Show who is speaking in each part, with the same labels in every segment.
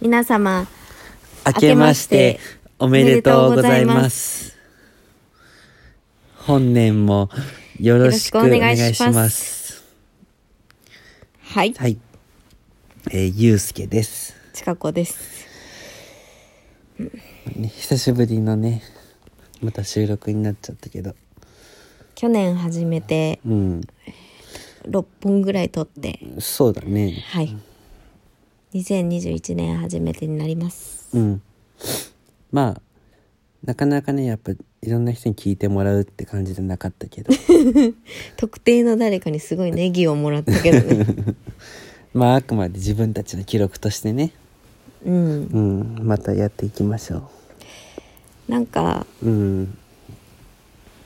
Speaker 1: 皆様
Speaker 2: 明けましておめでとうございます。本年もよろしくお願いします。
Speaker 1: よろしくお願いしまはい、
Speaker 2: はい。えー、ゆうすけです。
Speaker 1: ちかこです
Speaker 2: ね久しぶりのね、また収録になっちゃったけど。
Speaker 1: 去年初めて
Speaker 2: うん、
Speaker 1: 6本ぐらい撮って
Speaker 2: そうだね。
Speaker 1: はい2021年初めてになります
Speaker 2: うん。まあ、なかなかね、やっぱいろんな人に聞いてもらうって感じじゃなかった けど。
Speaker 1: 特定の誰かにすごいネギをもらったけど ね
Speaker 2: まあ、あくまで自分たちの記録としてね。
Speaker 1: うん
Speaker 2: うん、またやっていきましょ
Speaker 1: なんか
Speaker 2: う。うん。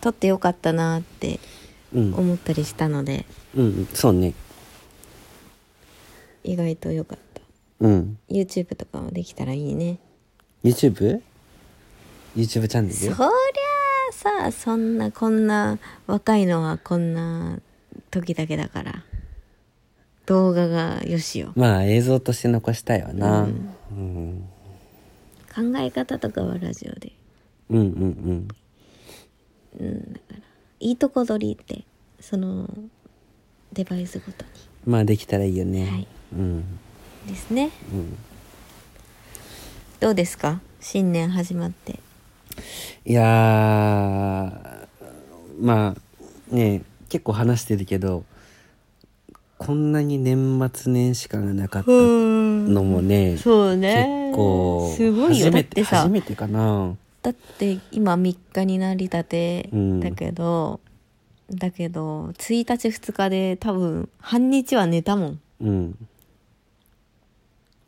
Speaker 1: 撮ってよかったなって
Speaker 2: うん。
Speaker 1: 思ったりしたので
Speaker 2: うん、そうね。
Speaker 1: 意外とよかった
Speaker 2: うん。
Speaker 1: YouTube とかもできたらいいね
Speaker 2: YouTube?YouTube チャンネ
Speaker 1: そり
Speaker 2: ル
Speaker 1: ゃあさそんなこんな若いのはこんな時だけだから動画がよしよ
Speaker 2: まあ映像として残したいわな。う、
Speaker 1: うん
Speaker 2: うん、
Speaker 1: 考え方とかはラジオで
Speaker 2: うんうん
Speaker 1: いいとこ取りってそのデバイスごと
Speaker 2: まあできたらいいよね。
Speaker 1: はい
Speaker 2: うん。
Speaker 1: にですね、どうですか新年始まって
Speaker 2: いやー、まあね結構話してるけど、こんなに年末年始感がなかった
Speaker 1: うん
Speaker 2: のもね、
Speaker 1: そうね
Speaker 2: 結構、
Speaker 1: すごいよ
Speaker 2: 初
Speaker 1: だっ
Speaker 2: めて
Speaker 1: てさ
Speaker 2: 初めてかな。
Speaker 1: だって今3日になりたて
Speaker 2: うん
Speaker 1: だけど、だけど1日2日で多分半日は寝たもん
Speaker 2: うん。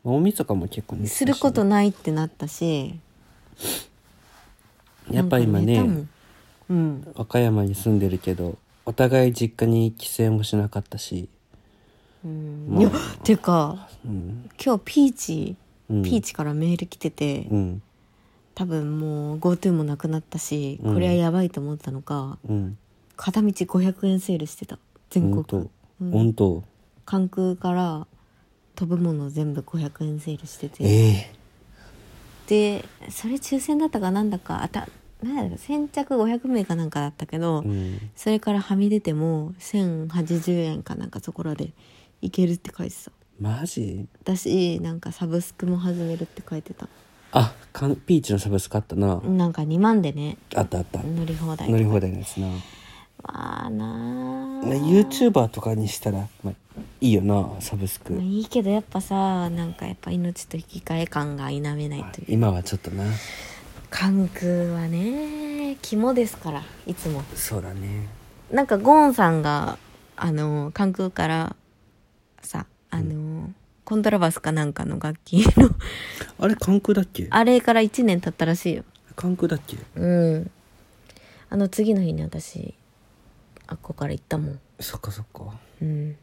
Speaker 2: まあ大晦日も結構ね
Speaker 1: することないってなったし
Speaker 2: やっぱ今
Speaker 1: な
Speaker 2: ね
Speaker 1: んか寝たもんうん
Speaker 2: 和歌山に住んでるけどお互い実家に帰省もしなかったし、
Speaker 1: うんいやてか
Speaker 2: うん
Speaker 1: 今日ピーチ、
Speaker 2: うん、
Speaker 1: ピーチからメール来てて、
Speaker 2: うん
Speaker 1: 多分もう GoTo もなくなったし、
Speaker 2: うん
Speaker 1: これはやばいと思ったのか
Speaker 2: うん
Speaker 1: 片道500円セールしてた全
Speaker 2: 本
Speaker 1: 国
Speaker 2: 当、
Speaker 1: うん
Speaker 2: 本当
Speaker 1: 関空から飛ぶもの全部500円セールしてて
Speaker 2: ええ
Speaker 1: でそれ抽選だったかなんだかあたなんだか先着500名かなんかだったけど、
Speaker 2: うん
Speaker 1: それからはみ出ても1080円かなんかそこらでいけるって書いてた
Speaker 2: マジ
Speaker 1: だしなんかサブスクも始めるって書いてた
Speaker 2: あかんピーチのサブスクあったな、
Speaker 1: なんか2万でね
Speaker 2: あったあった、
Speaker 1: 乗り放題
Speaker 2: 乗り放題のやつな、
Speaker 1: まあなあ
Speaker 2: まあ、YouTuber とかにしたら、まあ、いいよなサブスク、
Speaker 1: まあいいけどやっぱさなんかやっぱ命と引き換え感が否めないという
Speaker 2: 今はちょっとな
Speaker 1: 関空はね肝ですからいつも
Speaker 2: そうだね
Speaker 1: なんかゴンさんがあの関空からさあの、コントラバスかなんかの楽器の
Speaker 2: あれ関空だっけ
Speaker 1: あれから1年経ったらしいよ
Speaker 2: 関空だっけ
Speaker 1: うんあの次の日に私あっこから行ったもん
Speaker 2: そっかそっか
Speaker 1: うん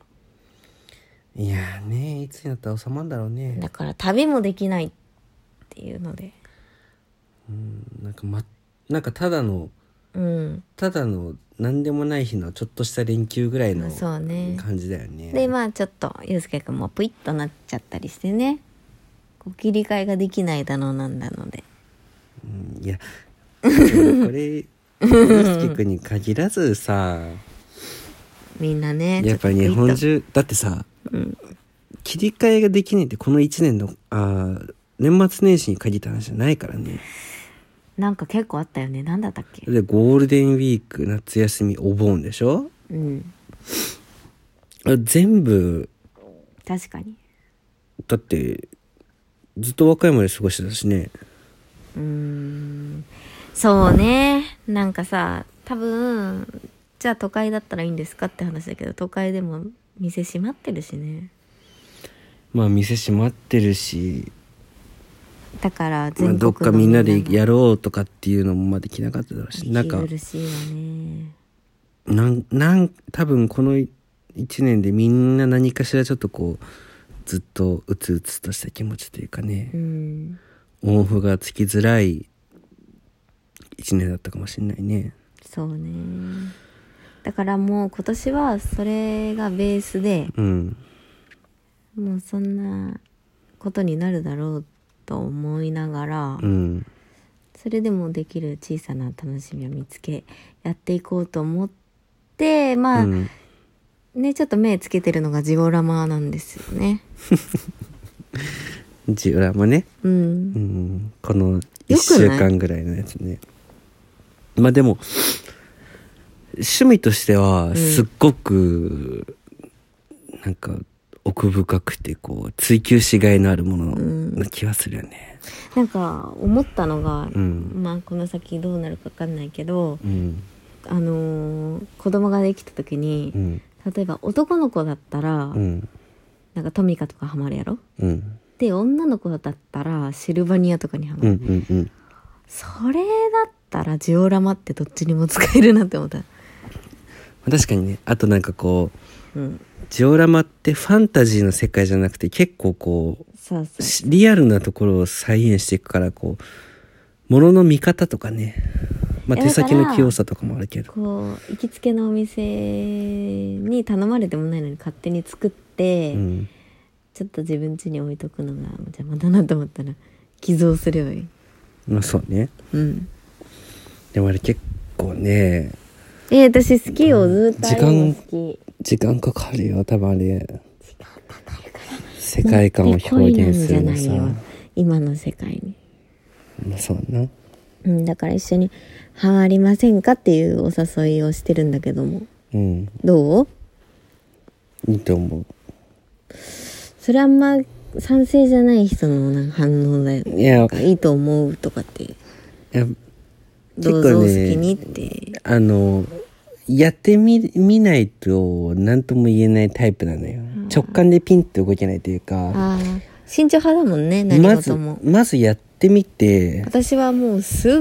Speaker 2: いやーねいつになったら収まるんだろうね
Speaker 1: だから旅もできないっていうので
Speaker 2: なんかまなんかただの
Speaker 1: うん
Speaker 2: ただの何でもない日のちょっとした連休ぐらいの
Speaker 1: そうね
Speaker 2: 感じだよね。
Speaker 1: でまあちょっとゆうすけくんもプイッとなっちゃったりしてねこう切り替えができないだのなんだので
Speaker 2: うんいやこれユースケ君に限らずさ
Speaker 1: みんなね
Speaker 2: やっぱり日本中だってさ、
Speaker 1: うん
Speaker 2: 切り替えができないってこの1年のあー年末年始に限った話じゃないからね。
Speaker 1: なんか結構あったよねなんだったっけ
Speaker 2: でゴールデンウィーク夏休みお盆でしょ
Speaker 1: うん
Speaker 2: 全部
Speaker 1: 確かに
Speaker 2: だってずっと和歌山で過ごしてたしね。
Speaker 1: うーんそうねなんかさ多分じゃあ都会だったらいいんですかって話だけど都会でも店閉まってるしね
Speaker 2: まあ店閉まってるし
Speaker 1: だから
Speaker 2: まあ、
Speaker 1: 全国の
Speaker 2: どっかみんなでや
Speaker 1: る
Speaker 2: ろうとかっていうのもまできなかっただろうしなんか
Speaker 1: 息苦しいわね
Speaker 2: なんなん多分この1年でみんな何かしらちょっとこうずっとうつうつとした気持ちというかね
Speaker 1: うん
Speaker 2: オンオフがつきづらい1年だったかもしれないね
Speaker 1: そうねだからもう今年はそれがベースで
Speaker 2: うん
Speaker 1: もうそんなことになるだろうっと思いながら、
Speaker 2: うん
Speaker 1: それでもできる小さな楽しみを見つけやっていこうと思ってまあ、
Speaker 2: うん
Speaker 1: ねちょっと目つけてるのがジオラマなんですよね。
Speaker 2: ジオラマね、
Speaker 1: うん
Speaker 2: う、ん、こ
Speaker 1: よ
Speaker 2: の1
Speaker 1: くな
Speaker 2: 週
Speaker 1: い
Speaker 2: 間ぐらいのやつねまあでも趣味としては
Speaker 1: ん
Speaker 2: すっごく、なんか奥深くてこう追求しがいのあるものな気はするよね
Speaker 1: なんか思ったのが、
Speaker 2: うん
Speaker 1: まあこの先どうなるか分かんないけど、
Speaker 2: うん
Speaker 1: あのー子供ができた時に、
Speaker 2: うん
Speaker 1: 例えば男の子だったら、
Speaker 2: うん
Speaker 1: なんかトミカとかハマるやろ
Speaker 2: うん
Speaker 1: で女の子だったらシルバニアとかにハマ
Speaker 2: う
Speaker 1: る、
Speaker 2: んうんうん
Speaker 1: それだったらジオラマってどっちにも使えるなって思った、
Speaker 2: 確かにねあとなんかこう
Speaker 1: うん、
Speaker 2: ジオラマってファンタジーの世界じゃなくて結構こう
Speaker 1: そうそう
Speaker 2: しリアルなところを再現していくからこうものの見方とかね、まあ、
Speaker 1: いや
Speaker 2: 手先
Speaker 1: だか
Speaker 2: の
Speaker 1: ら
Speaker 2: 器用さとかもあるけど
Speaker 1: こう行きつけのお店に頼まれてもないのに勝手に作って、
Speaker 2: うん、
Speaker 1: ちょっと自分家に置いとくのが邪魔だなと思ったら寄贈すればいい
Speaker 2: まあそうね
Speaker 1: うん
Speaker 2: でもあれ結構ね
Speaker 1: えー私好きよずーっとああいうの好き
Speaker 2: 時間かかるよ多分あれ世界観を表現する
Speaker 1: で恋な
Speaker 2: の
Speaker 1: んじゃない
Speaker 2: さ
Speaker 1: よ今の世界に、
Speaker 2: まあそうな
Speaker 1: うん、だから一緒にハマりませんかっていうお誘いをしてるんだけども
Speaker 2: うん
Speaker 1: どう
Speaker 2: いいと思う
Speaker 1: それあんま賛成じゃない人のなんか反応だよね
Speaker 2: いや
Speaker 1: なんかいいと思うとかって
Speaker 2: いや
Speaker 1: どうぞお好きにって、
Speaker 2: あのやってみ見ないと何とも言えないタイプなのよ、直感でピンと動けないというか
Speaker 1: ああ慎重派だもんね何
Speaker 2: まず
Speaker 1: 事も、
Speaker 2: まずやってみて
Speaker 1: 私はもうすっ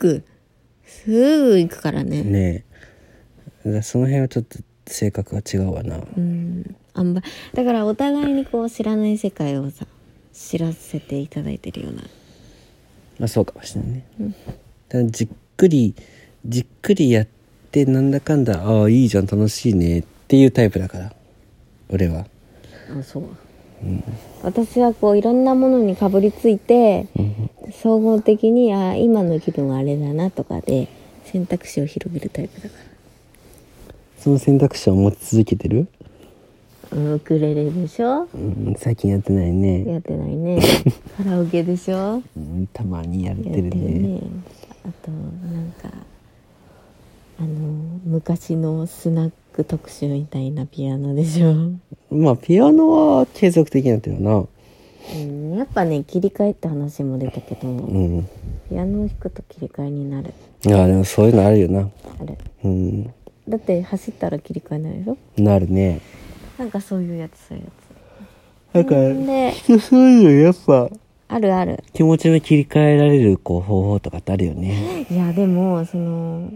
Speaker 1: ぐすぐ行くからね
Speaker 2: ねだからその辺はちょっと性格が違うわな
Speaker 1: うんあんばだからお互いにこう知らない世界をさ知らせていただいてるような
Speaker 2: まあそうかもしれないね、ただじっくりじっくりやってなんだかんだああいいじゃん楽しいねっていうタイプだから俺は
Speaker 1: あそう、私はこういろんなものにかぶりついて、総合的にあー今の気分はあれだなとかで選択肢を広げるタイプだか
Speaker 2: その選択肢を持ち続けてる、
Speaker 1: ら、うん、ウクレレでしょ
Speaker 2: うん、最近やってないね
Speaker 1: やってない ねカラオケでしょ
Speaker 2: うんたまにやれて
Speaker 1: やっ
Speaker 2: る
Speaker 1: てる
Speaker 2: ね
Speaker 1: ねあとなんかあの昔のスナック特集みたいなピアノでしょ、
Speaker 2: まあピアノは継続的なんていうの
Speaker 1: うん、やっぱね切り替えって話も出たけど、
Speaker 2: なうん
Speaker 1: ピアノを弾くと切り替えになる
Speaker 2: いやでもそういうのあるよな
Speaker 1: あれ
Speaker 2: うん
Speaker 1: だって走ったら切り替えないでしょ
Speaker 2: なるね
Speaker 1: なんかそういうやつそういうや
Speaker 2: だから
Speaker 1: つで
Speaker 2: そういうのやっぱ
Speaker 1: あるある
Speaker 2: 気持ちの切り替えられるこう方法とかってあるよね
Speaker 1: いやでもその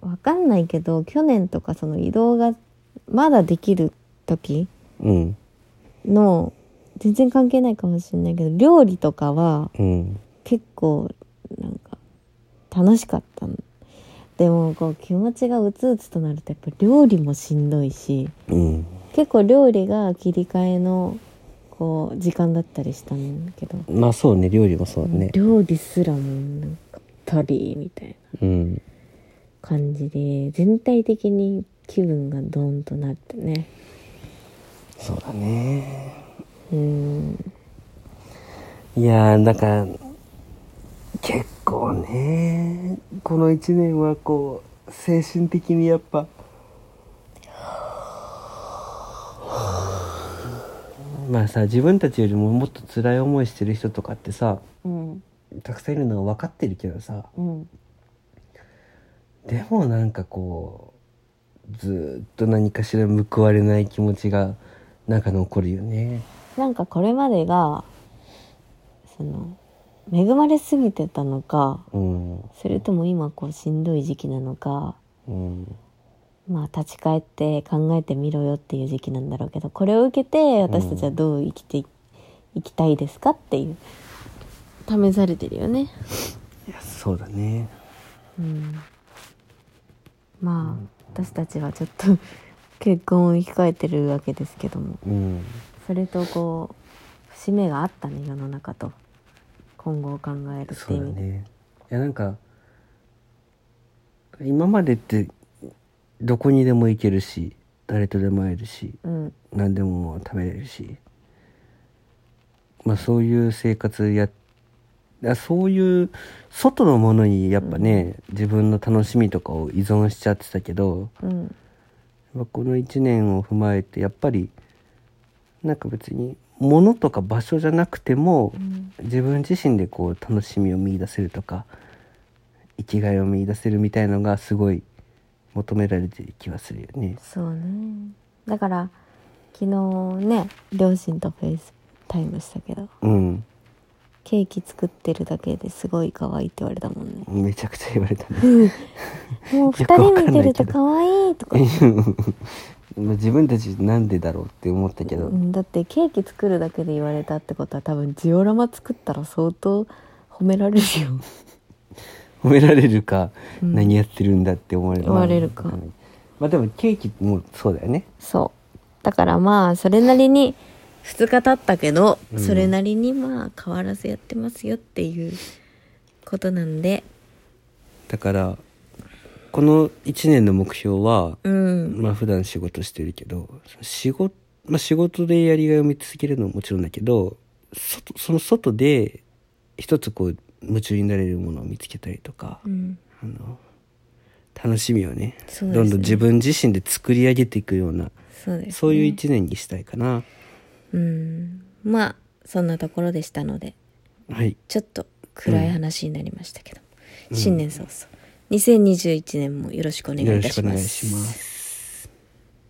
Speaker 1: わかんないけど去年とかその移動がまだできる時
Speaker 2: うん
Speaker 1: の全然関係ないかもしれないけど料理とかは
Speaker 2: うん
Speaker 1: 結構なんか楽しかったのでもこう気持ちがうつうつとなるとやっぱ料理もしんどいし
Speaker 2: うん
Speaker 1: 結構料理が切り替えのこう時間だったりしたんだけど
Speaker 2: まあそうね料理もそうだね
Speaker 1: 料理すらもなんかたりみたいな
Speaker 2: うん
Speaker 1: 感じで全体的に気分がドーンとなってね
Speaker 2: そうだね
Speaker 1: うん
Speaker 2: いやーなんか結構ねこの1年はこう精神的にやっぱまあさ自分たちよりももっと辛い思いしてる人とかってさ
Speaker 1: うん
Speaker 2: たくさんいるのは分かってるけどさ
Speaker 1: うん
Speaker 2: でもなんかこうずーっと何かしら報われない気持ちがなんか残るよね。
Speaker 1: なんかこれまでがその恵まれすぎてたのか
Speaker 2: うん
Speaker 1: それとも今こうしんどい時期なのか
Speaker 2: うん
Speaker 1: まあ立ち返って考えてみろよっていう時期なんだろうけどこれを受けて私たちはどう生きてい,、きたいですかっていう試されてるよね。
Speaker 2: いやそうだね。
Speaker 1: うん、まあ私たちはちょっと結婚を控えてるわけですけども
Speaker 2: うん
Speaker 1: それとこう節目があったね世の中と今後を考えるって
Speaker 2: そ
Speaker 1: いうう
Speaker 2: だ
Speaker 1: 意味で
Speaker 2: ねいやなんか今までってどこにでも行けるし誰とでも会えるし
Speaker 1: うん
Speaker 2: 何でも食べれるしまあそういう生活やあそういう外のものにやっぱね、自分の楽しみとかを依存しちゃってたけど
Speaker 1: うん
Speaker 2: まあこの1年を踏まえてやっぱりなんか別に物とか場所じゃなくても
Speaker 1: うん
Speaker 2: 自分自身でこう楽しみを見出せるとか生きがいを見出せるみたいのがすごい求められてる気はするよね。
Speaker 1: そうねだから昨日ね両親とフェイスタイムしたけど
Speaker 2: うん
Speaker 1: ケーキ作ってるだけですごい可愛いって言われたもん ね
Speaker 2: めちゃくちゃ言われたね。
Speaker 1: もう
Speaker 2: く
Speaker 1: 二
Speaker 2: わかん
Speaker 1: 人
Speaker 2: ないけど
Speaker 1: 見てると可愛いとか、
Speaker 2: まあ自分たちなんでだろうって思ったけど、
Speaker 1: うんだってケーキ作るだけで言われたってことは多分ジオラマ作ったら相当褒められるよ
Speaker 2: 褒められるか、
Speaker 1: うん
Speaker 2: 何やってるんだって思われる
Speaker 1: 言われるか
Speaker 2: うんまあでもケーキもそうだよね
Speaker 1: そうだからまあそれなりに2日経ったけど、
Speaker 2: うん
Speaker 1: それなりにまあ変わらずやってますよっていうことなんで
Speaker 2: だからこの1年の目標は、
Speaker 1: うん
Speaker 2: まあ普段仕事してるけどその仕事、まあ、仕事でやりがいを見つけるのももちろんだけど外その外で一つこう夢中になれるものを見つけたりとか、
Speaker 1: うん
Speaker 2: あの楽しみをね
Speaker 1: そうですね
Speaker 2: どんどん自分自身で作り上げていくような
Speaker 1: そうです、ね、
Speaker 2: そういう一年にしたいかな。
Speaker 1: うんまあそんなところでしたので
Speaker 2: はい。
Speaker 1: ちょっと暗い話になりましたけど、新年早々2021年もよろしくお願いいたします
Speaker 2: よろしくお願いします